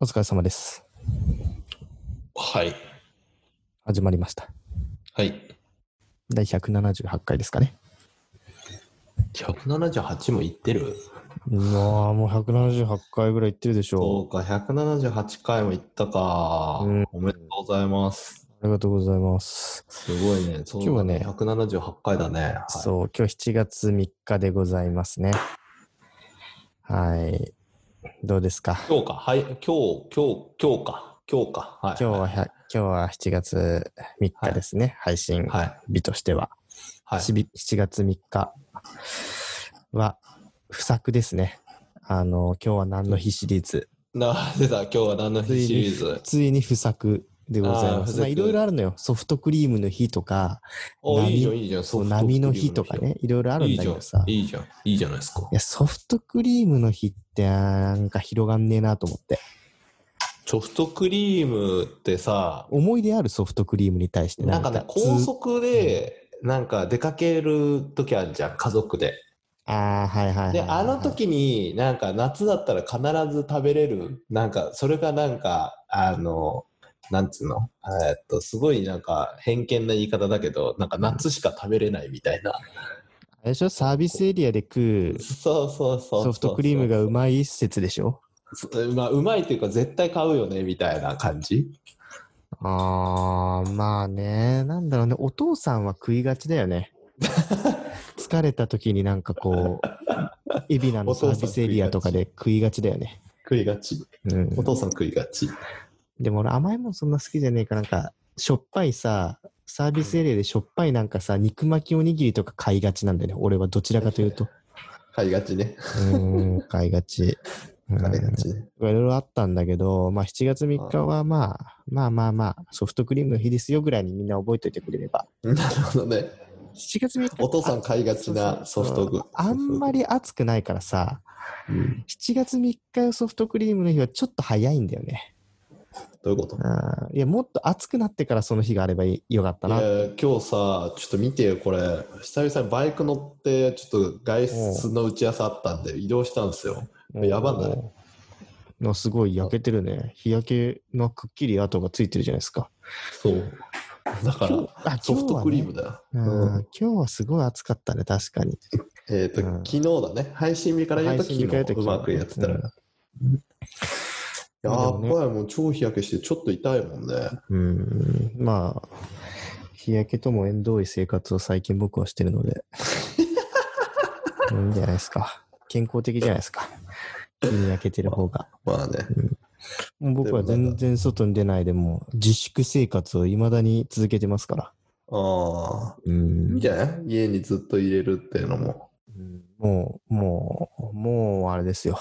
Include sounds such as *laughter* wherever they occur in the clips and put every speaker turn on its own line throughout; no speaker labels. お疲れ様です。
はい。
始まりました。
はい。
第178回ですかね。
178もいってる
うわーもう178回ぐらい行ってるでし
そ
ょ
うか、178回もいったか、
うん
おめでとうございます
う。。ありがとうございます。
すごいね。そう
今日はね
178回だね。はい
そう、今日7月3日でございますね。はい。どうですか
今日か。はい。今日、今日、今日か。今日か。は
今
い。
日は、
はい。
ひゃ今日は7月3日ですね。配信
はい。
日としては。
はい
しび7月3日は、不作ですね。あの、今日は何の日シリーズ。
な、出た。今日は何の日シリーズ。
ついに不作でござい
あー
ま
不
す。
作
まあいろいろあるのよ。ソフトクリームの日とか、
お、
波
いいじゃん、いいじゃん。
そ
ソ
う
フト
波の日とかね、いろいろあ
ク
る
リ
ん
ーム
だ
の
け
日。
どさ。い
いいじゃん。いいじゃん。いいじゃないですか。
や、ソフトクリームの日って、なんか広がんねえなと思って。
ソフトクリームってさ、
思い出あるソフトクリームに対して
なんかね、
つ
高速で、なんか出かける時あるじゃん、家族で。
ああ、はいはいはいはい。
で、あの時に、なんか夏だったら必ず食べれる、なんか、それがなんか、あの、なんつうの、えーっと、すごいなんか偏見な言い方だけど、なんか夏しか食べれないみたいな。 *laughs*
あれでしょサービスエリアで食う
そうそうそうそう。
ソフトクリームがうまい説でしょ
そうまあ、うまいっていうか、絶対買うよね、みたいな感じ。
ああ、まあね。なんだろうね。お父さんは食いがちだよね。疲れた時になんかこう、海老名のサービスエリアとかで食いがちだよね。
食いがち。
うん
お父さん食いがち。
でも俺甘いもんそんな好きじゃねえから、なんか、しょっぱいさ、サービスエリアでしょっぱいなんかさ、肉巻きおにぎりとか買いがちなんだよね。俺はどちらかというと。
買いがちね。
うん、買いがち。うん
買いがちね。 *laughs*
いろいろあったんだけど、まあ7月3日はまあ、まあまあまあ、ソフトクリームの日ですよぐらいにみんな覚えておいてくれれば。
なるほどね。
7月3日
お父さん買いがちなソフトクリーム
あんまり暑くないからさ、
うん
7月3日のソフトクリームの日はちょっと早いんだよね。
どういうこと
うんいや、もっと暑くなってからその日があればいよかった
いや
な。
今日さちょっと見てよこれ久々にバイク乗ってちょっと外出の打ち合わせあったんで移動したんですよやばない
いやすごい焼けてるね。日焼けのくっきり跡がついてるじゃないですか。
そうだか
今
ら
日あ
ソフトクリーム
今
だよ、
日はね
う
うんん今日はすごい暑かったね、確かに。
えっ、と、
うん
昨日だね配信日から言うと
配
昨
信日から言うと
日うまくやってたら、
うん
や
まあ
っ
でもね
ばいもう超日焼けしてちょっと痛いもんね
うん、まあ、日焼けとも縁遠い生活を最近僕はしてるので、いいんじゃないですか。健康的じゃないですか。日に焼けてる方が。
まあね
もう僕は
でもな
全
んか
然外に出ないでもう自粛生活を未だに続けてますから。
ああ
う
いいん
ん
じゃない家にずっと入れるっていうのも *laughs*
もう、もう、もうあれですよ。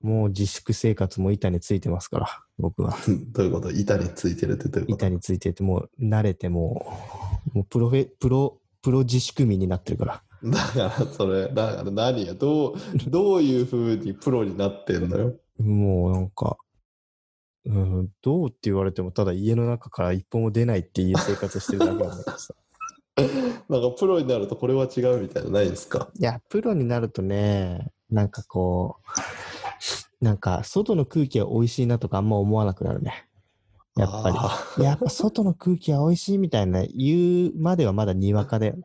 もう自粛生活も板についてますから、僕は。
どういうこと板についてるってどういうこと
板についてて、もう慣れてもう、もうプロフェ、プロ、プロ自粛民になってるから。
だからそれだから何やどうどういうふうにプロになってんのよ
もうなんか、うん、どうって言われても、ただ家の中から一歩も出ないっていう生活してるだけなんだけどさ。
なんかプロになるとこれは違うみたいなのないんですか
*laughs* いや、プロになるとね、なんかこう、なんか外の空気は美味しいなとかあんま思わなくなるね。やっぱり。
あ
やっぱ外の空気は美味しいみたいな言うまではまだにわかだよね。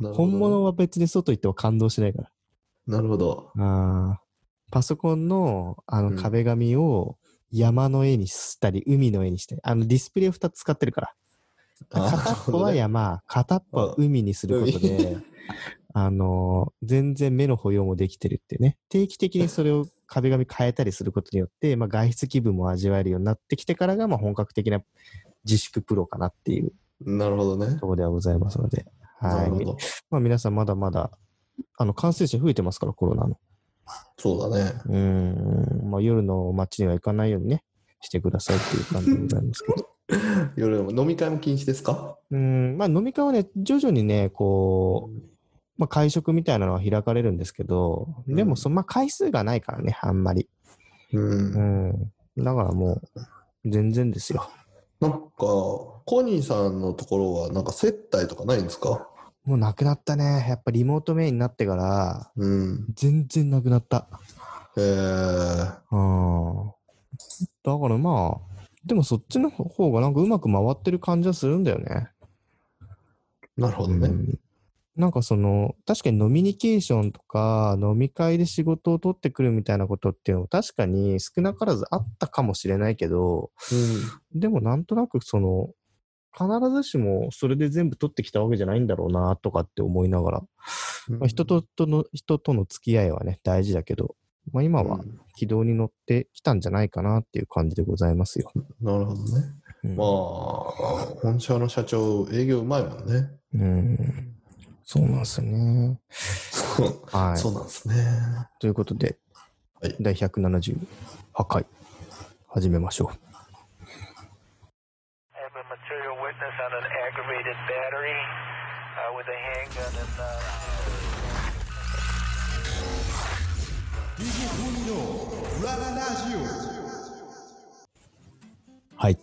ーなるほど
本物は別に外行っても感動しないから。
なるほど。
あーパソコンのあの
うん
壁紙を山の絵にしたり、海の絵にしたり、あのディスプレイを2つ使ってるから。
あ
片っぽは山、片っぽは海にすることで、あのー全然目の保養もできてるっていうね。定期的にそれを壁紙変えたりすることによって、まあ、外出気分も味わえるようになってきてからが、まあ、本格的な自粛プロかなっていう
なるほどね
と。ころではございますので。
な
は
るほ
い。
ど。
まあ、皆さんまだまだ、あの、感染者増えてますから、コロナの。
そうだね。
うーん。まあ、夜の街には行かないようにね、してくださいっていう感じでございますけど。
夜も飲み会も禁止ですか
うーん。まあ、飲み会はね、徐々にね、こう、まあ、会食みたいなのは開かれるんですけど、でもそ、んな回数がないからね、あんまり。
うん。
う
なん
ん。だからもう、全然ですよ。
か、コニーさんのところは、なんか接待とかないんですか
もうなくなったね。やっぱリモートメインになってから、
うん。
全然なくなった。
えー、
うん。だからまあ、でもそっちの方がなんかうまく回ってる感じはするんだよね。
なるほど
う
ね。
んなんかその確かにノミニケーションとか飲み会で仕事を取ってくるみたいなことっていうのも確かに少なからずあったかもしれないけどでもなんとなくその必ずしもそれで全部取ってきたわけじゃないんだろうなとかって思いながら、
うん
まあ、人ととの人との付き合いはね大事だけど、まあ、今は
うん
軌道に乗ってきたんじゃないかなっていう感じでございますよ。
なるほどね。
うん
まあ、本社の社長、営業うまいもんね。
うん、そうなんですよね。
そう
はい、
そうなんですね。
ということで、
はい
第178回始めましょ
I have a material witness on an aggravated battery uh, with a handgun and. Uh
DJ 風味の裏ラジオ
う。はい。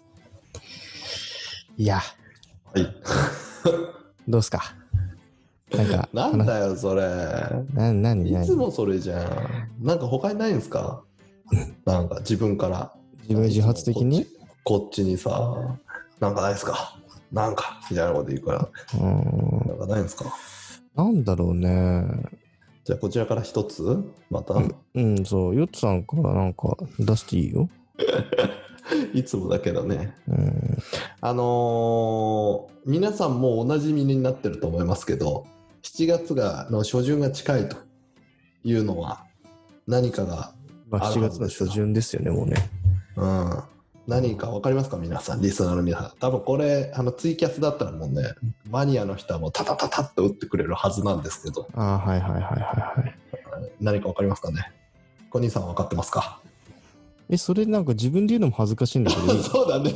いや、
はい。、
どうっすかなんか
*laughs* なんだよ、それ。
な、なに、ないに
つ、もそれじゃん。なんか他にないんですかなんか自分から。
自分自発的に
こっちこっちにさ、なんかないですかなんかみたいなこと言うから、
うーん、
なんかないんですか
なんだろうね。
じゃあこちらから一つまた、
うん、そう、ヨッツさんからなんか出していいよ。
いつもだけどね。
うん、
あのー皆さんもうおなじみになってると思いますけど、7月がの初旬が近いというのは、何かが、
まあ、
あ
7月の初旬ですよね、もうね。
うん、何か分かりますか、皆さん、リスナーの皆さん。多分これ、あのツイキャスだったらもうね、マニアの人はもうタタタタって打ってくれるはずなんですけど、
ああ、はいはいはいはいはい。
何か分かりますかね。コニーさん分かってますか
え、それなんか自分で言うのも恥ずかしいん
*laughs*
だけどいい、
そうだね。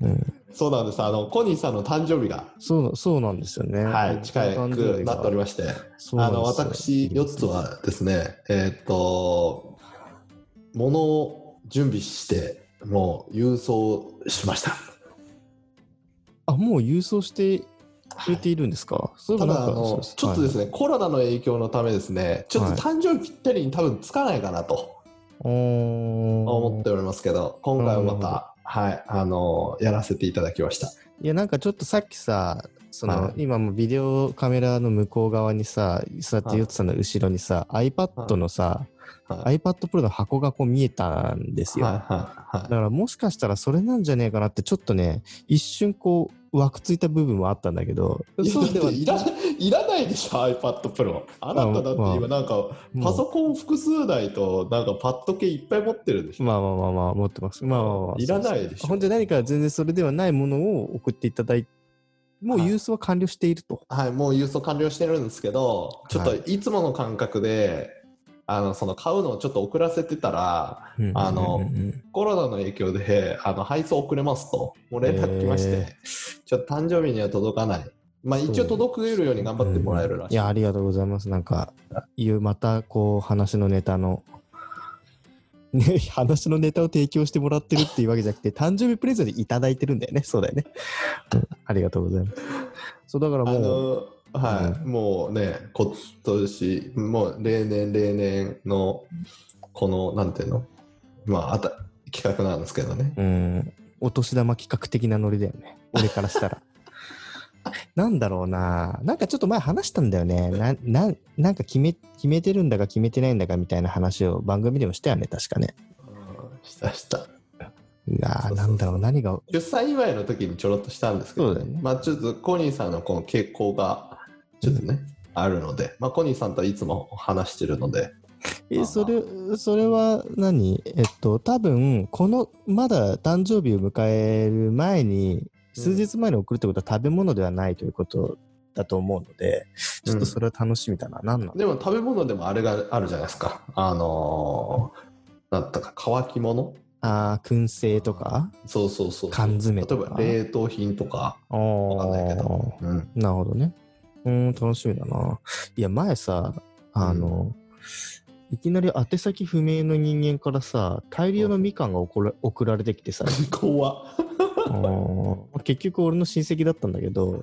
うん、
そうなんです。あの、コニーさんの誕生日が、
そう、そうなんですよね。
はい、近くなっておりまして。
そうな
あ
んです
の
よ
私、4つはですね、えーっと、ものを準備して、もう郵送しました。
あ、もう郵送してくれているんですか、そういえ
た
ば
だあ
なんか
の、ちょっとですね、コロナの影響のためですね、ちょっと誕生日ぴったりに多分つかないかなと思
思
っておりますけど、今回は
な
ま
る
た、はい、あの、やらせていただきました。
いや、なんかちょっとさっきさ、その、
はい
今もビデオカメラの向こう側にさ、座って
はい
ヨッツさんの後ろにさ、iPad のさ、
はい、
iPad Pro の箱がこう見えたんですよ。
はい、はい
だからもしかしたらそれなんじゃねえかなってちょっとね、一瞬こう、枠ついた部分もあったんだけど、
はい。
そう *laughs* ではい
やだっていらいらないでしょ iPad Pro あなただって今なんかパソコン複数台となんかパッド系いっぱい持ってるでしょ
まあまあまあまあ、持ってます。まあまあまあ。
いらないでしょ
本当に何か全然それではないものを送っていただいて、もう
はい
郵送は完了していると。
はい、もう郵送完了してるんですけど、ちょっと
はい
つもの感覚で、あのその買うのをちょっと遅らせてたら、
うん
あの
うんうん
コロナの影響であの配送遅れますと、もう連絡来まして、
へー
ちょっと誕生日には届かない。まあ一応届けるように頑張ってもらえるらし
い
い。
や、ありがとうございます。なんか、いう、また、こう、話のネタの、ね、 *laughs* 話のネタを提供してもらってるっていうわけじゃ
*laughs*
なくて、誕生日プレゼントいただいてるんだよね。そうだよね。うんありがとうございます。そう、だから
あ
もう、
のはい、もうね、今年、もう例年、例年の、この、なんていうの、まあ、あた企画なんですけどね。
うん、お年玉企画的なノリだよね。俺からしたら。 *laughs* なんだろうな。なんかちょっと前話したんだよね。な、な、なんか決め、決めてるんだか決めてないんだかみたいな話を番組でもしたよね。確かね。
うんしたした。
うわ
そうそうそ
ー
う
なんだろう。何が、
10歳祝いの時にちょろっとしたんですけ
そ
ど、
うだよね
まあちょっとコニーさんのこの傾向がちょっとね、あるので、まあ、コニーさんとはいつも話してるので、
え、それ、それは何えっと、多分、この、まだ誕生日を迎える前に、
うん
数日前に送るってことは食べ物ではないということだと思うので、ちょっとそれは楽しみだな。何なの
でも食べ物でもあれがあるじゃないですかあのー、なんだか乾き物
あー、燻製とか
そうそうそう
缶詰
例え
とか
ば冷凍品とか、
あー
わかんないけど
*laughs*
うん、
なるほどね。うーん、楽しみだな。いや、前さ、あの、いきなり宛先不明の人間からさ、大量のみかんが送ら送られてき
*laughs*
てさ、
怖っ *laughs*
あー結局俺の親戚だったんだけど、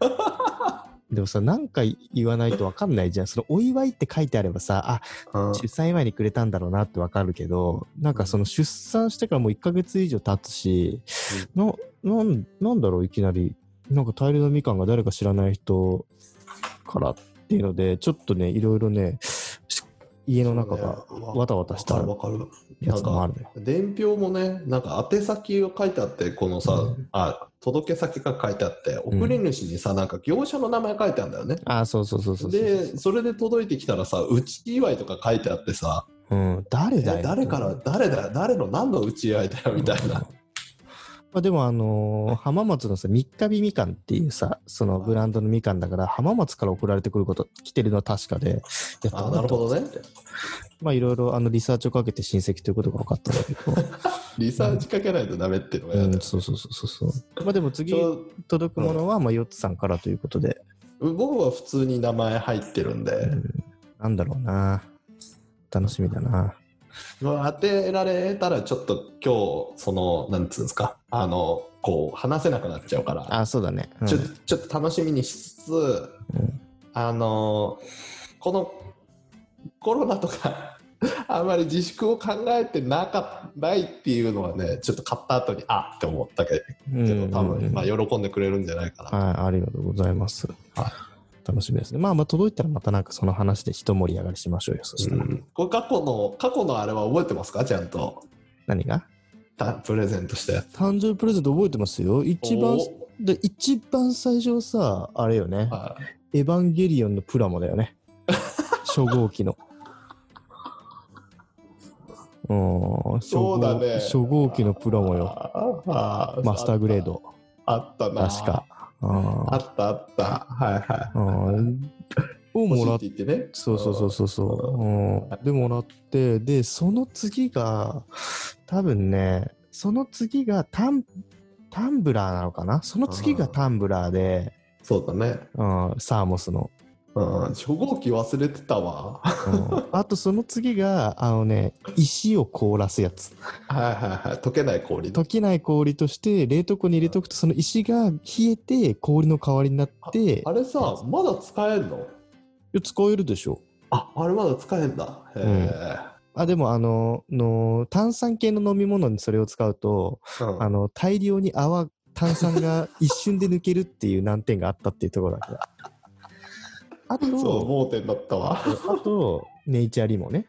でもさ、何回言わないとわかんないじゃん。そのお祝いって書いてあればさ、
うん
あ、出産祝いにくれたんだろうなってわかるけど、なんかその出産してからもう1ヶ月以上経つし、な、なん、なんだろう、いきなり。なんか大量のみかんが誰か知らない人からっていうので、ちょっとね、いろいろね、し家の中が
そうね
わたわたした
わかるわかる
やつもあるのよ。
伝票もねなんか宛先が書いてあってこのさ、
うん
あ届け先が書いてあって
ん
送り主にさ、なんか業者の名前書いてあるんだよね
あ、そうそうそうそうそう
でそれで届いてきたらさ打ち祝いとか書いてあってさ
うん、誰
え
だよ。
誰から誰だ誰の何の打ち祝いだよみ
*laughs*
たいな
まあ、でも、あのー浜松のさ、三日日みかんっていうさ、そのブランドのみかんだから、浜松から送られてくること、来てるのは確かで、いや
あなるほどね
まあ、いろいろあのリサーチをかけて親戚ということが分かったんだけど、
リサーチかけないとダメっていうのが
う
やだ
ん、
よ
そうそうそうそうそう。まあ、でも次
ちょ
届くものは、まあ、ヨッツさんからということで、
僕は普通に名前入ってるんで、
うんなんだろうな。楽しみだな。
まあ、当てられたらちょっと今日そのなんつうんですかあのこう話せなくなっちゃうから
あ、そうだね。うん
ちょちょっと楽しみにしつつ、
ん
あのこのコロナとか *laughs* あんまり自粛を考えてなかないっていうのはねちょっと買った後にあって思ったけ
うん
ど多分、
うん
まあ、喜んでくれるんじゃないかな、
はい、ありがとうございます。
は
楽しみですね。まあまあ届いたらまたなんかその話で一盛り上がりしましょうよ。そした
う
ら、
ん、これ過去の過去のあれは覚えてますかちゃんと
何が
たプレゼントしたやつ
誕生日プレゼント覚えてますよ。一番
お
で一番最初さあれよね。
はい
エヴァンゲリオンのプラモだよ
*laughs*
ね。初号機の。うん初
そ
号
うだね
初号機のプラモよ。
よ
マスターグレード。
あったな
確か。うん
あったあったはいは
うんを
い
もらっ
欲しいって言ってね
そうそうそうそうそう。うん、でもらってでその次が多分ねその次がタンタンブラーなのかなその次がタンブラーで、
そうだね
うん、サーモスの、
うん初号機忘れてたわ *laughs* は
うん、あとその次があのね石を凍らすやつ
いはいはい溶けない氷
溶けない氷として冷凍庫に入れとくとその石が冷えて氷の代わりになって
あれさまだ使えんの
使えるでしょ
ああれまだ使えんだへえ、
あでもあのの炭酸系の飲み物にそれを使うと
うん
あの大量に泡炭酸が一瞬で抜けるっていう *laughs* 難点があったっていうところだけどあ
そう
と
盲点だったわ
あとネイチャーリモね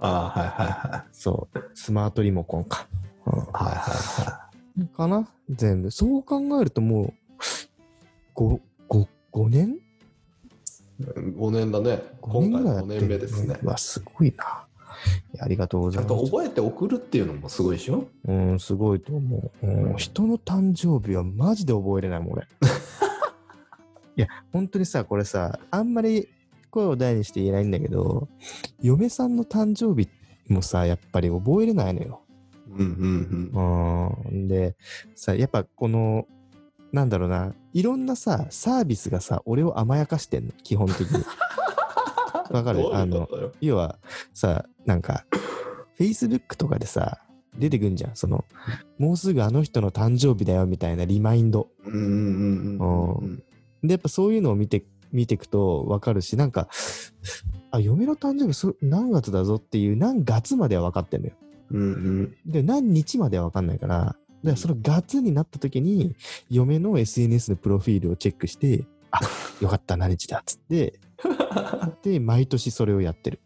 あーはいはいはい
そうスマートリモコンか、
はいはいは
うん、かな全部そう考えるともう 5, 5年
い5年だね
5
今
年
回
ぐらいや
5
って
年目ですね
うわすごいないやありがとうご
ち
ざ
ゃ
い
ん
ま
と
す
覚えて送るっていうのもすごいでしょ
うんすごいと思う、うん人の誕生日はマジで覚えれない
*laughs*
もん俺いや本当にさこれさあんまり声を大にして言えないんだけど嫁さんの誕生日もさやっぱり覚えれないのよ
うんうん
うんでさやっぱこのなんだろうないろんなさサービスがさ俺を甘やかしてんの基本的
*laughs*
にわか
うん
る
どう
あ
いう
の
ことよ
要はさなんか Facebook とかでさ出てくんじゃんそのもうすぐあの人の誕生日だよみたいなリマインド
うんうんうんうんうんうん
でやっぱそういうのを見て見てくと分かるしなんかあ嫁の誕生日そ何月だぞっていう何月までは分かってんのよ
うんうん
で何日までは分かんないからだからその月になった時に嫁の SNS のプロフィールをチェックして *laughs* あよかった何日だっつって *laughs* で毎年それをやってる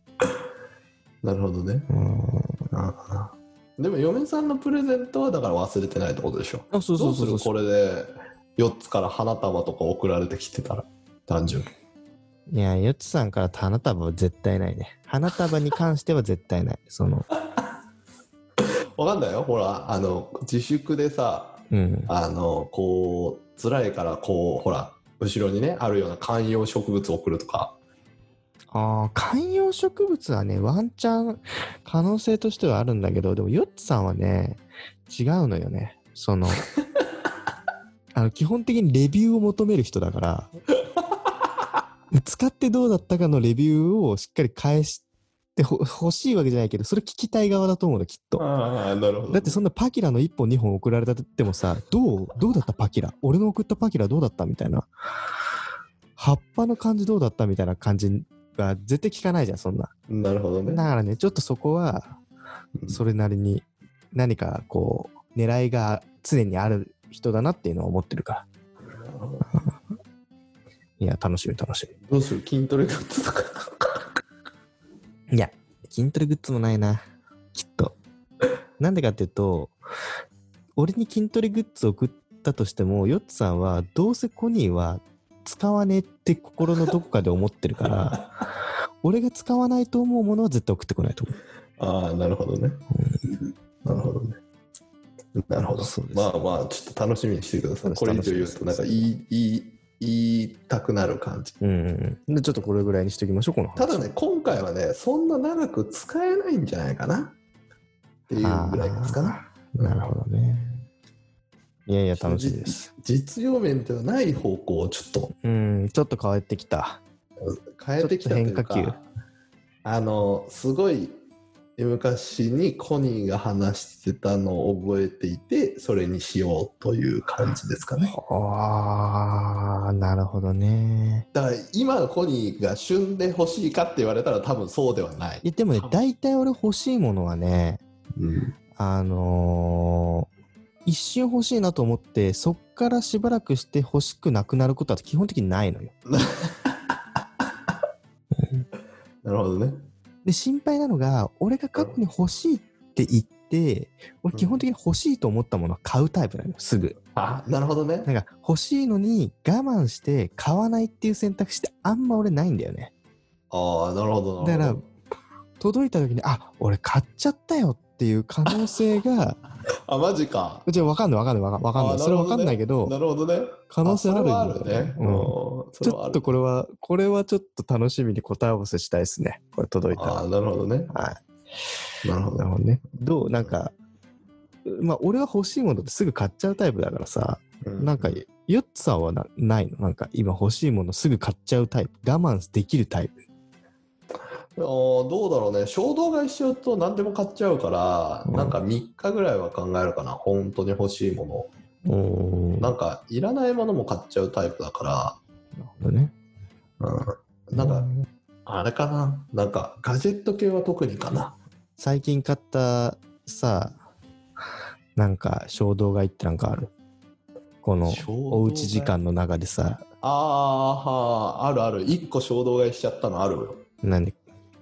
なるほどね。
うん
でも嫁さんのプレゼントはだから忘れてないってことでしょ。
あそう
ど
そう
うす
そう
る
そう
これで4つから花束とか送られてきてたら誕生日。
いや、ヨッツさんから花束は絶対ないね。花束に関しては絶対ない。その、
わかんないよ。ほらあの自粛でさ
うん。
あのこう辛いからこうほら後ろにねあるような観葉植物送るとか。
ああ、観葉植物はね、ワンチャン可能性としてはあるんだけど、でもヨッツさんはね、違うのよね。その、あの、基本的にレビューを求める人だから、使ってどうだったかのレビューをしっかり返してほ欲しいわけじゃないけど、それ聞きたい側だと思うの、きっと。
ああなるほ
だってそんなパキラの1本2本送られたってもさどうどうだったパキラ俺の送ったパキラどうだったみたいな葉っぱの感じどうだったみたいな感じが絶対聞かないじゃん、そんな。
なるほどね。
だからね、ちょっとそこは、
うん
それなりに何かこう、狙いが常にある人だなっていうのは思ってるから。いや、楽しみ楽し
どうする筋トレグッズとか。
み。いや、筋トレグッズもないな。きっ
*laughs*
と。なんでかっていうと、俺に筋トレグッズを送ったとしても、ヨッツさんはどうせコニーは使わねえって心のどこかで思ってるから、
*laughs*
俺が使わないと思うものは絶対送ってこないと思う。
ああ、なるほどね。なるほどね。なるほど。
そうです
まあまあ、ちょっと楽しみにしてください。これ以
楽しみ
上言
で
う
す
と、なんか言い、言い、言いたくなる感じ。
うんうん。で、ちょっとこれぐらいにしておきましょう、この話
ただね、今回はね、そんな長く使えないんじゃないかな。っていうぐらいですかな。
あーなるほどね。いやいや、楽しいです。
実用面ではない方向をちょっと
うん、ちょっと変わってきた。
変えてきたというか
ちょっと変化球
あのすごい昔にコニーが話してたのを覚えていてそれにしようという感じですかね
ああ、なるほどね。
だから今のコニーが旬で欲しいかって言われたら多分そうではない
い、や、でもね、大体俺欲しいものはね、
うん
あのー一瞬欲しいなと思って、そっからしばらくして欲しくなくなることは基本的にないのよ。
なるほどね
で、心配なのが、俺が過去に欲しいって言って、俺基本的に欲しいと思ったものは買うタイプなのよ、すぐ。
あなるほどね
なんか欲しいのに我慢して買わないっていう選択肢ってあんま俺ないんだよね。
ああなるほど
だ
なる
から
ほど
届いた時に、あ、俺買っちゃったよっていう可能性が、
あマジか
じゃあわかんないわかんないわかんわかんない。
あー
それわかんないけ
な
ど、
るほどね
可能性ある
あそれはあるね、
うん
うん
ち
それ
ょ
はあ
っ
る
とこれは、これはちょっと楽しみに答え合わせしたいですね。これ届いたら。
あ
は
あなるほどね
い。
なるほど
なるほどね。どうなんか、まあ俺は欲しいものってすぐ買っちゃうタイプだからさ、なんか、ヨッツさんはなないのなんか今欲しいものすぐ買っちゃうタイプ。我慢できるタイプ。
あーどうだろうね衝動買いしちゃうと何でも買っちゃうから、
うん
なんか3日ぐらいは考えるかな本当に欲しいも
お
のなんかいらないものも買っちゃうタイプだか
なるほどね。
ら、うん、なんかあれかななんかガジェット系は特にかな
最近買ったさ、なんか衝動買いってなんかあるこの
衝動買い
おうち時間の中でさ、
あーはーあるある1個衝動買いしちゃったのあるよ
なんで、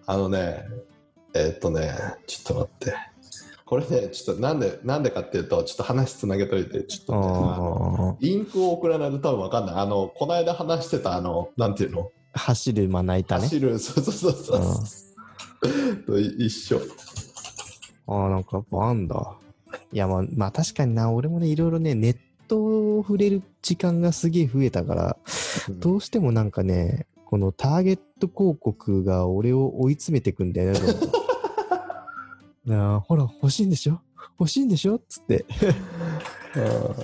あのねえーっとねちょっと待ってこれねちょっとなんでなんでかっていうとちょっと話つなげといてちょっ
あ
とねあの
ー
リンクを送らないと多分わかんない。あの、この間話してた、あの、なんていうの、
走るまな板ね。
走る、 *laughs* そうそうそうそう。と一緒。
ああ、なんかやっぱあんだ。いや、まあ、まあ確かにな、俺もね、いろいろね、ネットを触れる時間がすげえ増えたから、どうしてもなんかね、このターゲット広告が俺を追い詰めてくんだよね、どんど
*laughs*
んなあほら、欲しいんでしょ欲しいんでしょっつって。
うん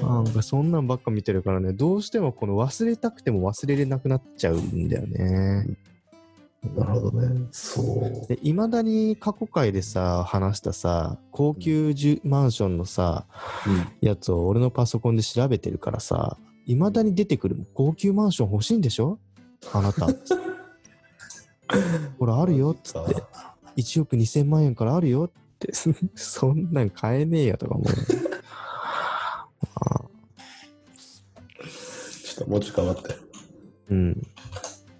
なんかそんなんばっか見てるからね、どうしてもこの忘れたくても忘れれなくなっちゃうんだよね。
なるほどね。そう。
いまだに過去回でさ、話したさ、高級住マンションのさ、やつを俺のパソコンで調べてるからさ、いまだに出てくるもん高級マンション欲しいんでしょあなた。 *laughs* ほら、あるよっつって。1億2000万円からあるよって、 *laughs* そんなん買えねえよとか思う。
ちょっと持ち変わって。
うん。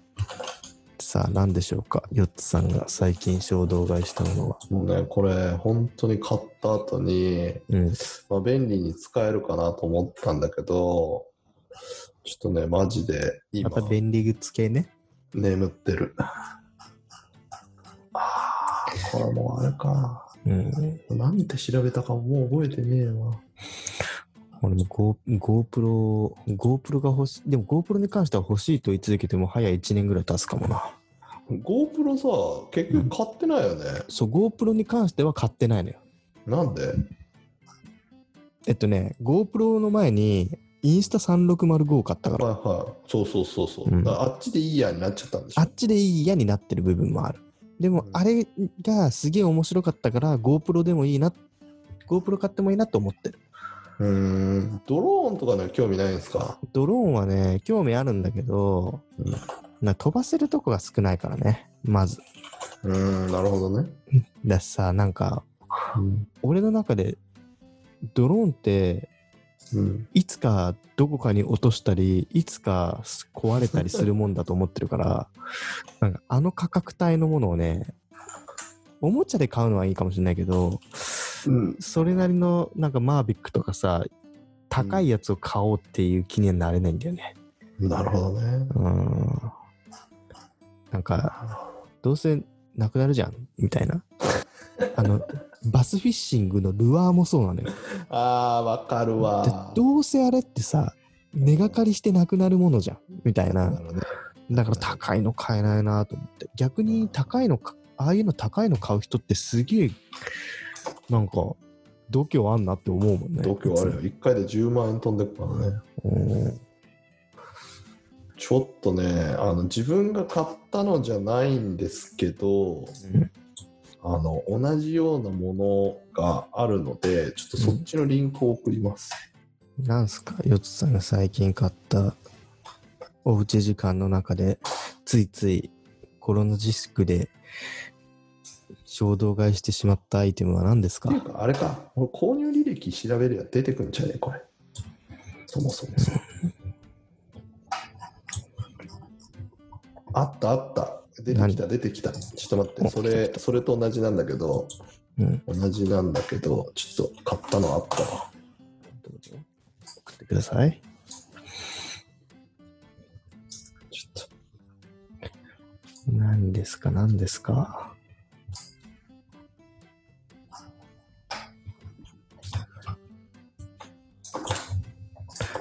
*laughs* さあ、何でしょうか。ヨッツさんが最近衝動買いしたものは。
もうね、これ、本当に買った後に、
うん。
まあ、便利に使えるかなと思ったんだけど、ちょっとね、マジで
ま
今、
た便利グッズ系ね。
眠ってる。ああ、これもうあれか。
うん。
なんて調べたかもう覚えてねえわ。
俺も Go- GoPro、GoPro が欲しい。でも GoPro に関しては欲しいと言い続けても早い1年ぐらい経つかもな。
GoPro さ、結局買ってないよね。
そう、GoPro に関しては買ってないのよ。
なんで
えっとね、GoPro の前に、インスタ3605を買ったから、
はいはい。そうそうそうそう。
うん
だからあっちでいいやになっちゃったんでしょ
あっちでいいやになってる部分もある。でも
う、ん
あれがすげえ面白かったから、GoPro でもいいな、GoPro 買ってもいいなと思ってる。
うーん。ドローンとかの興味ないんですか
ドローンはね、興味あるんだけど、
うん
な飛ばせるとこが少ないからね、まず。
うーん、なるほどね。
だしさ、なんか、
うん。
俺の中で、ドローンって、
うん、
いつかどこかに落としたり、いつか壊れたりするもんだと思ってるから、なんかあの価格帯のものをね、おもちゃで買うのはいいかもしれないけど、
うん
それなりのなんかマービックとかさ、高いやつを買おうっていう気にはなれないんだよね。
なるほどね。
うん。なんか、どうせなくなるじゃん、みたいな。あの、バスフィッシングのルアーもそうなのよ。
あー、わかる
だ
わ。
どうせあれってさ、根がかりしてなくなるものじゃん、みたいな。
なるほどね
だから高いの買えないなと思って。逆に高いのか、ああいうの高いの買う人ってすげえ、なんか、度胸あんなって思うもんね。
度胸あるよ。1回で10万円飛んでくからね。
うん
ちょっとね、あの自分が買ったのじゃないんですけど、あの同じようなものがあるので、ちょっとそっちのリンクを送ります。
なんすか、よつさんが最近買ったおうち時間の中で、ついついコロナ自粛で衝動買いしてしまったアイテムは何ですか
っていうか、あれか、俺購入履歴調べりゃ出てくんじゃねえ、これ。そもそもそう。あったあった。出てきた、出てきた。ちょっと待って、
お
それ、それと同じなんだけど、
うん
同じなんだけど、ちょっと買ったのあったわ。
送ってください。
ちょっと。
何ですか、何ですか。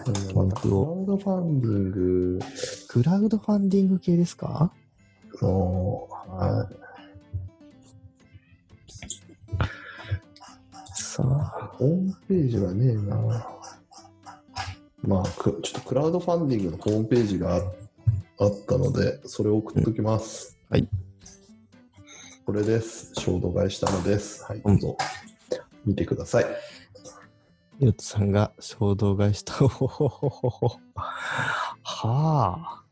うんクラウドファンディング
クラウドファンディング系ですか
の、はい
さあ、
ホームページはねえな。まあ、くちょっとクラウドファンディングのホームページがああったので、それを送っときます。
うんはい。
これです。衝動買いしたのです。はい、どうぞ。見てください。
よつさんが衝動買いした。おほほほほほはあ。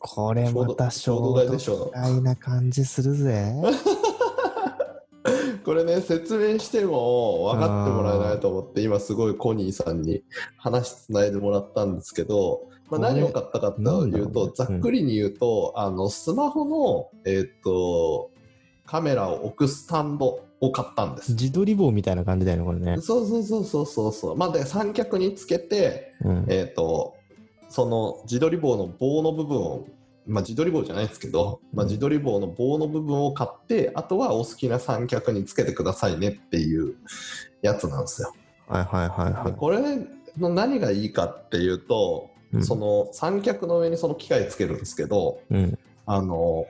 これまた
衝
衝
動
動
買いでしょ。
買いな感じするぜ。
これね、説明しても分かってもらえないと思って、今すごいコニーさんに話つないでもらったんですけど、まあ、
これ
何を買ったかっていうと、ざ
なんだろうね
っくりに言うと、あのスマホの、えーっとカメラを置くスタンドを買ったんです。
自撮り棒みたいな感じだよね、これね。
そうそうそうそうそうそう。まあ、で三脚につけて、
うん。
えーっとその自撮り棒の棒の部分をまあ、自撮り棒じゃないですけど、まあ、自撮り棒の棒の部分を買ってあとはお好きな三脚につけてくださいねっていうやつなんですよ。
はいはいはいは
で
い。
これの何がいいかっていうと、
うん
その三脚の上にその機械つけるんですけど
うん。
あの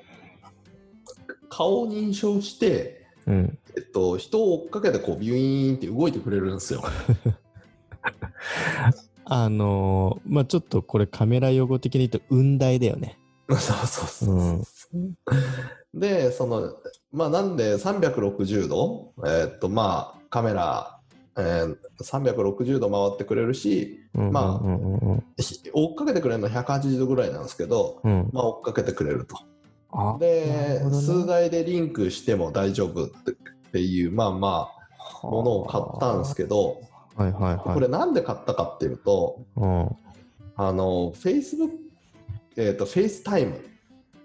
顔を認証して、
うん。
えっと、人を追っかけてこうビューンって動いてくれるんですよ。 *laughs*
あのー、まあちょっとこれカメラ用語的に言うと、雲台だよね。
そうそうそうう。
ん。
で、その、まあ、なんで360度、えーっと、まあ、カメラ、えー360度回ってくれるし、
うん
まあ
うんうんうん
ひ追っかけてくれるのは180度ぐらいなんですけど、
うん。
まあ、追っかけてくれると。
あなる
で、
ほどね
数台でリンクしても大丈夫ってっていう、まあまあ、ものを買ったんですけど、
はいはいはい。
これなんで買ったかっていうと、
うん。はい
あの、Facebook、えーっと、FaceTime、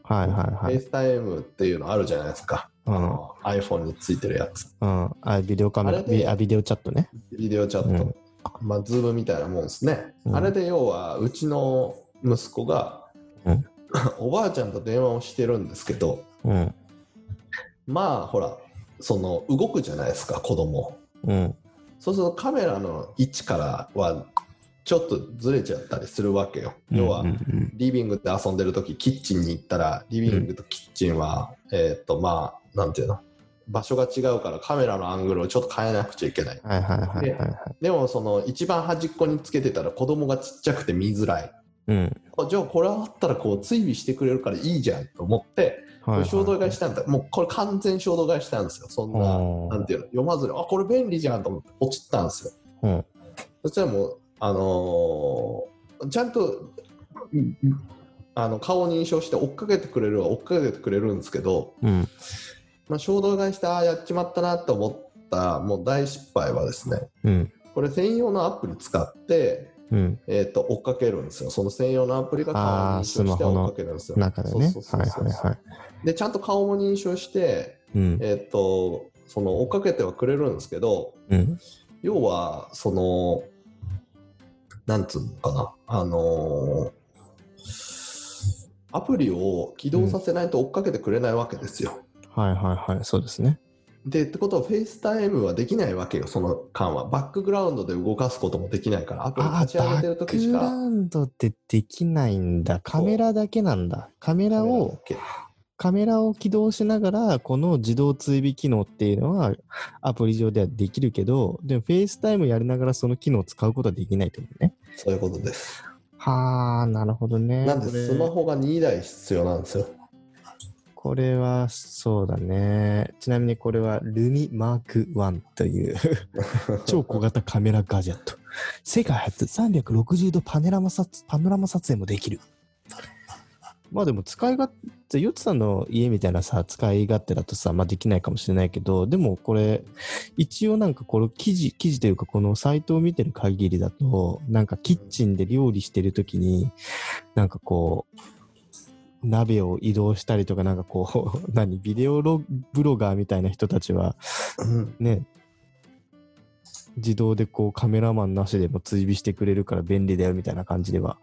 はいはい。
FaceTime っていうのあるじゃないですか。あの iPhone についてるやつ。
うん。うん。あ、ビデオカメラ、
あれで
ビあビデオチャットね。
ビデオチャット、まあ、ズームみたいなもんですね。
うん
あれで要は、うちの息子が、
うん
*laughs* おばあちゃんと電話をしてるんですけど、
うん。
まあ、ほら、その動くじゃないですか、子供
うん。
そうするとカメラの位置からは、ちょっとずれちゃったりするわけよ。要は、
うんうん
リビングで遊んでるとき、キッチンに行ったら、リビングとキッチンは、えーっと、まあ、なんていうの、場所が違うから、カメラのアングルをちょっと変えなくちゃいけない。
うんはいはいはいはいはい。
でもその一番端っこにつけてたら子供がちっちゃくて見づらい。
うん。
あじゃあこれあったらこう追尾してくれるからいいじゃんと思って、
はいはい
衝動買いしたんだ。もうこれ完全衝動買いしたんですよ。そんな、
うん
なんていうの、読まずに、あ、これ便利じゃんと思って落ちたんですよ。
うん。
そしたらもう、あのーちゃんと、あの顔認証して追っかけてくれるは追っかけてくれるんですけど、
うん。
まあ、衝動買いしてああやっちまったなと思ったもう大失敗はですね
うん。
これ専用のアプリ使って、
うん。
えー、と追っかけるんですよその専用のアプリが顔
あー
を認証して追っかけるんですよ
中でね
そう。そう
はい
そうそう
はいはい。
でちゃんと顔も認証して、
うん。
えー、とその追っかけてはくれるんですけど
うん。
要はそのなんつうのかなあのーアプリを起動させないと追っかけてくれないわけですよ、
はいはいはい。そうですね。
で、ってことは、フェイスタイムはできないわけよ、その間は。バックグラウンドで動かすこともできないから、アプリ立ち上げて
バ
る
ッ
とき
ク
し
グ
か。
ラウンドってできないんだ。カメラだけなんだ。カメラを、
カメラだけ
カメラを起動しながら、この自動追尾機能っていうのは、アプリ上ではできるけど、でも、フェイスタイムやりながらその機能を使うことはできないってことね。
そういうことです。
はあ、なるほどね。
なんで、
これ
スマホが2台必要なんですよ。
これは、そうだね。ちなみにこれは、ルミマーク1という、超小型カメラガジェット。世界初360度パネラマ撮パノラマ撮影もできる。まあでも使い勝手、ヨッツさんの家みたいなさ、使い勝手だとさ、まあできないかもしれないけど、でもこれ、一応なんかこの記事、記事というかこのサイトを見てる限りだと、なんかキッチンで料理してるときに、なんかこう、鍋を移動したりとか、なんかこう、 *laughs* 何、ビデオロブロガーみたいな人たちは、
うん
ね、自動でこうカメラマンなしでも追尾してくれるから便利だよみたいな感じでは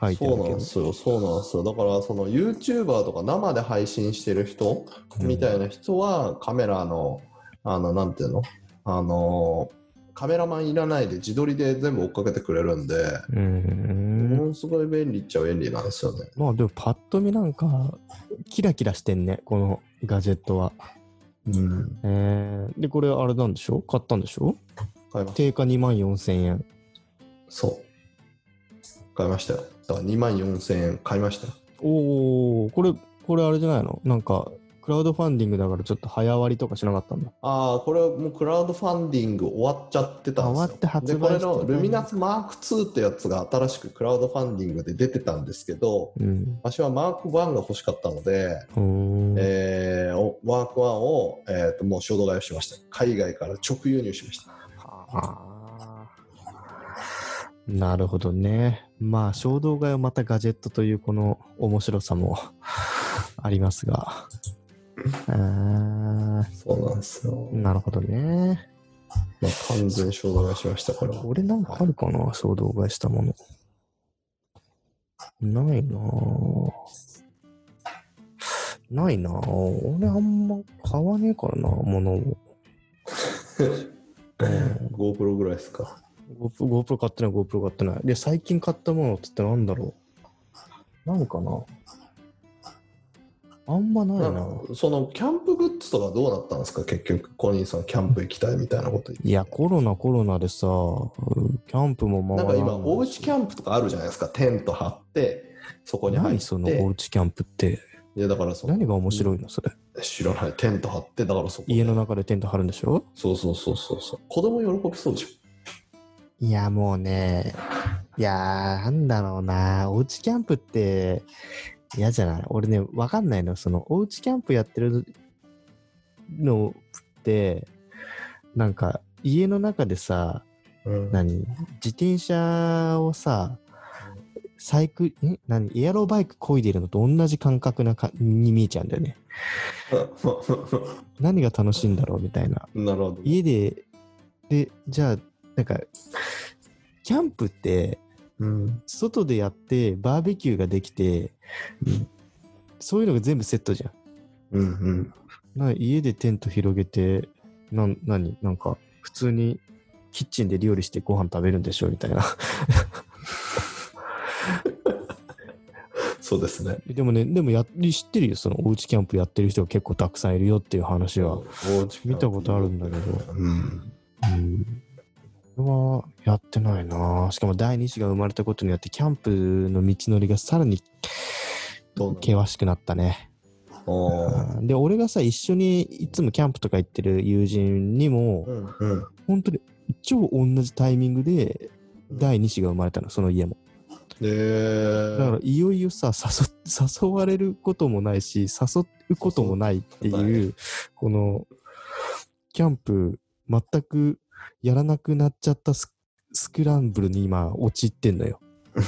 書いてあ
そ
る
う
け
なん
ど
で。すよ、そうなんですよ。だから、その YouTuber とか生で配信してる人みたいな人は、カメラの、あの、なんていうのあの、カメラマンいらないで自撮りで全部追っかけてくれるんで、
うーん
ものすごい便利っちゃ便利なんですよね。
まあでもパッと見なんかキラキラしてんねこのガジェットは。
うん。
えー、でこれあれなんでしょ買ったんでしょ
買いました
定価2万4千円。
そう。買いましたよ。だから2万4000円買いましたよ。
おおこれこれあれじゃないのなんかクラウドファンディングだからちょっと早割りとかしなかったんだ。
ああ、これはもうクラウドファンディング終わっちゃってたんですよ。
終わって発売してた
で、これのルミナスマーク2ってやつが新しくクラウドファンディングで出てたんですけど、
うん。
私はマーク1が欲しかったので、
うーん
えーおマーク1を、えーともう衝動買いをしました。海外から直輸入しました。
あーなるほどね。まあ、衝動買いをまたガジェットというこの面白さもありますが。えー
そうなんですよ。
なるほどね。
まあ、完全衝動買いしました、これは。
俺なんかあるかな衝動買いしたもの。ないなぁ。ないなぁ。俺あんま買わねえからな、物を。
GoPro ぐらいですか。
GoPro, GoPro 買ってない、GoPro 買ってない。で、最近買ったものっつってなんだろう。何かなあんまない
な。
なん
かそのキャンプグッズとかどうなったんですか結局コニーさんキャンプ行きたいみたいなこと言って
いや、コロナコロナでさ、うんキャンプも
な
回
ん
ら
か
ない
今おうちキャンプとかあるじゃないですかテント張ってそこに入っ
何
て
そのおうちキャンプって。
いやだからその
何が面白いのそれ。
知らないテント張ってだからそこで
家の中でテント張るんでしょ
そうそうそうそうそう子供喜びそうじ
いや、もうね、いやー、なんだろうな、おうちキャンプって嫌じゃない俺ね、わかんないの、その、おうちキャンプやってるのって、なんか、家の中でさ、
ゃん、うん
何自転車をさ、サイクん何エアロバイク漕いでるのと同じ感覚なかに見えちゃうんだよね。何が楽しいんだろうみたいな。
*laughs* なるほど
家で、で、じゃあ、なんか、キャンプって、
うん
外でやってバーベキューができて、
うん
そういうのが全部セットじゃん。
うんうん
な家でテント広げて、なん、何なんか、普通にキッチンで料理してご飯食べるんでしょみたいな。 *laughs*
そうですね
でもね、でもや、知ってるよ。そのおうちキャンプやってる人が結構たくさんいるよっていう話は。
おうちキャンプ
見たことあるんだけど
うん
うん。これはやってないなしかも第二子が生まれたことによって、キャンプの道のりがさらに
どうなの
険しくなったね。
あ
で俺がさ一緒にいつもキャンプとか行ってる友人に
ーう
も
んうん
本当に超同じタイミングで第2子が生まれたの、その家も。
え
だから、いよいよさ、誘っ誘われることもないし、誘うこともないっていう、この、キャンプ、全くやらなくなっちゃったススクランブルに今、陥ってんのよ。うん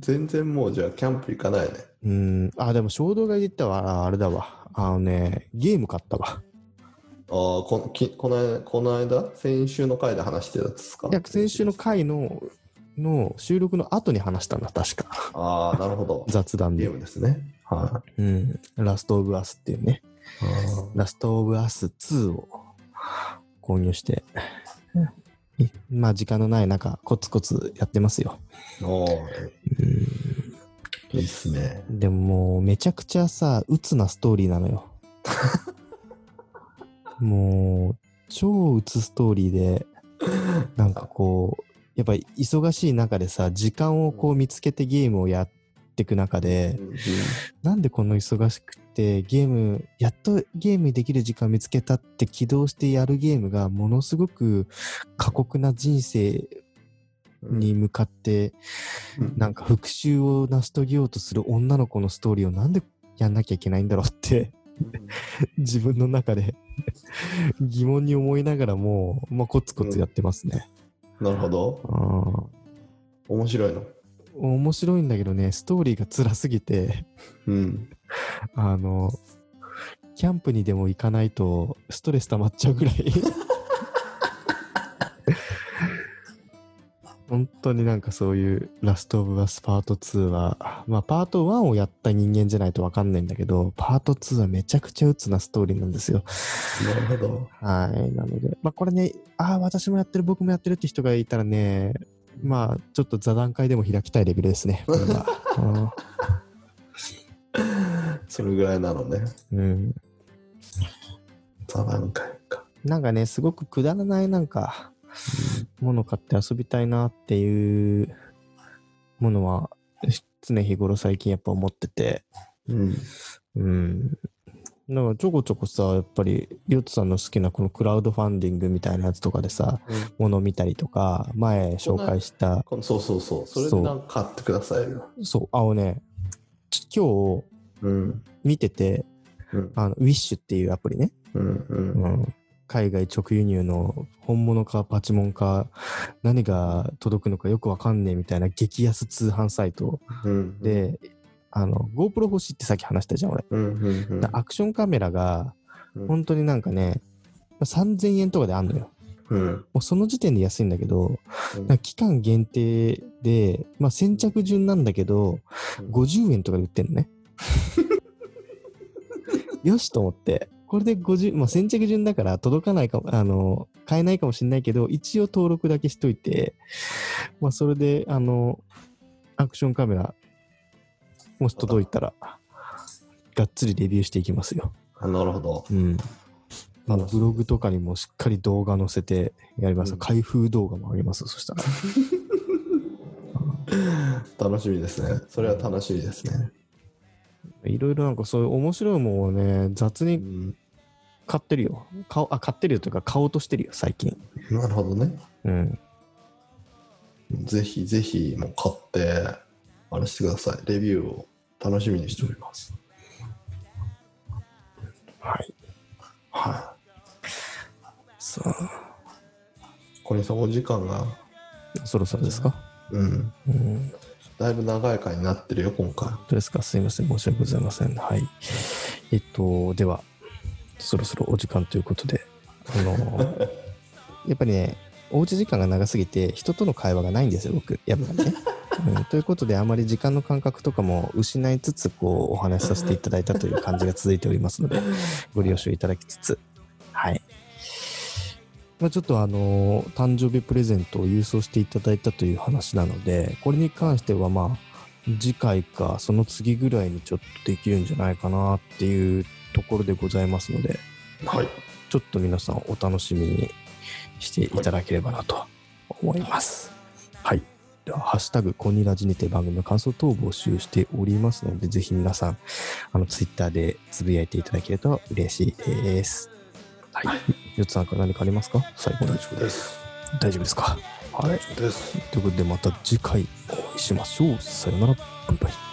全然もうじゃあキャンプ行かないね。
うん、あ、でも衝動買いで言ったわ、ああれだわ。あのね、ゲーム買ったわ。
ああ、こきこのこの間、先週の回で話してたやつですか
いや先週の回の、の収録の後に話したんだ、確か。
ああ、なるほど。
雑談
ゲ
で
ー。ムですね。は
うん。ラストオブアスっていうね。
い。あ
ラストオブアス2を購入して、いまあ時間のない中、コツコツやってますよ。
ーおーいいっすね。
でももうめちゃくちゃさ、鬱なストーリーなのよ。もう、超鬱ストーリーで、なんかこう、やっぱり忙しい中でさ、時間をこう見つけてゲームをやっていく中で、なんでこの忙しくてゲームやっとゲームできる時間見つけたって起動してやるゲームがものすごく過酷な人生に向かって
うん
なんか復讐を成し遂げようとする女の子のストーリーをなんでやんなきゃいけないんだろうって *laughs* 自分の中で *laughs* 疑問に思いながらも、まあ、コツコツやってますね。
なるほど。
あ
面白いの。
面白いんだけどねストーリーが辛すぎて
うん。
あの、キャンプにでも行かないとストレス溜まっちゃうぐらい。本当になんかそういうラストオブアスパート2は、まあパート1をやった人間じゃないとわかんないんだけど、パート2はめちゃくちゃ鬱なストーリーなんですよ。
なるほど。
はい。なので、まあこれね、ああ、私もやってる、僕もやってるって人がいたらね、まあちょっと座談会でも開きたいレベルですね。これはうん
それぐらいなのね。
うん。
座談会か。
なんかね、すごくくだらないなんか、もの買って遊びたいなっていうものは、常日頃最近やっぱ思ってて、
うん。
うん。なんかちょこちょこさ、やっぱり、りょうとさんの好きなこのクラウドファンディングみたいなやつとかでさ、もの見たりとか、前紹介した、
このそうそうそう。それでなんか買ってくださいよ。
そう、あのね、ち今日
うん。
見てて、
うん。
あの、ウィッシュっていうアプリね、
うん。うん。
うん、海外直輸入の本物かパチモンか何が届くのかよくわかんねえみたいな激安通販サイト
うん。、
で、あの GoPro 欲しいってさっき話したじゃん俺、
うん。うん。うん
だアクションカメラが
うん
本当になんかね3000円とかであんのよ
うん。
もうその時点で安いんだけど、
うん
なんか期間限定で、まあ、先着順なんだけど、
うん
50円とかで売ってんの
*laughs*
ね。よしと思って、これで50、まあ、先着順だから届かないかも、あの、買えないかもしれないけど、一応登録だけしといて、まあ、それで、あの、アクションカメラ、もし届いたら、がっつりレビューしていきますよ。
あなるほど。
うん。
あ
もうブログとかにもしっかり動画載せてやります。
うん
開封動画もあげます、そしたら。
楽しみですね。それは楽しみですね。
いろいろなんかそういう面白いもんをね、雑
う
に
ん。
買ってるよ。買おあ買ってるよというか、買おうとしてるよ、最近。
なるほどね。
うん。
ぜひぜひもう買って、あれしてください。レビューを楽しみにしております。
はい。
は
さ
い。これさん、お時間が、
あ、そろそろですか
うん。
うん。ど
だいぶ長い回になってるよ、今回。
うですかすいません。申し訳ございません。はい。えっと、では、そろそろお時間ということで、あの、やっぱりね、おうち時間が長すぎて、人との会話がないんですよ、僕。やっぱりね。うん、ということで、あまり時間の感覚とかも失いつつ、こう、お話しさせていただいたという感じが続いておりますので、ご了承いただきつつ、はい。まあ、ちょっとあのー誕生日プレゼントを郵送していただいたという話なので、これに関してはまあ、次回かその次ぐらいにちょっとできるんじゃないかなっていうところでございますので、
はい。
ちょっと皆さんお楽しみにしていただければなと思います。はい。では、ハッシュタグ、コニラジにて番組の感想等を募集しておりますので、ぜひ皆さん、あの、ツイッターでつぶやいていただけると嬉しいです。はい。ヨッツさんから何かありますか最後
大
に。
丈夫です。
大丈夫ですか。は
大丈。
い
夫です。
ということで、また次回お会いしましょう。さよなら。バイバイ。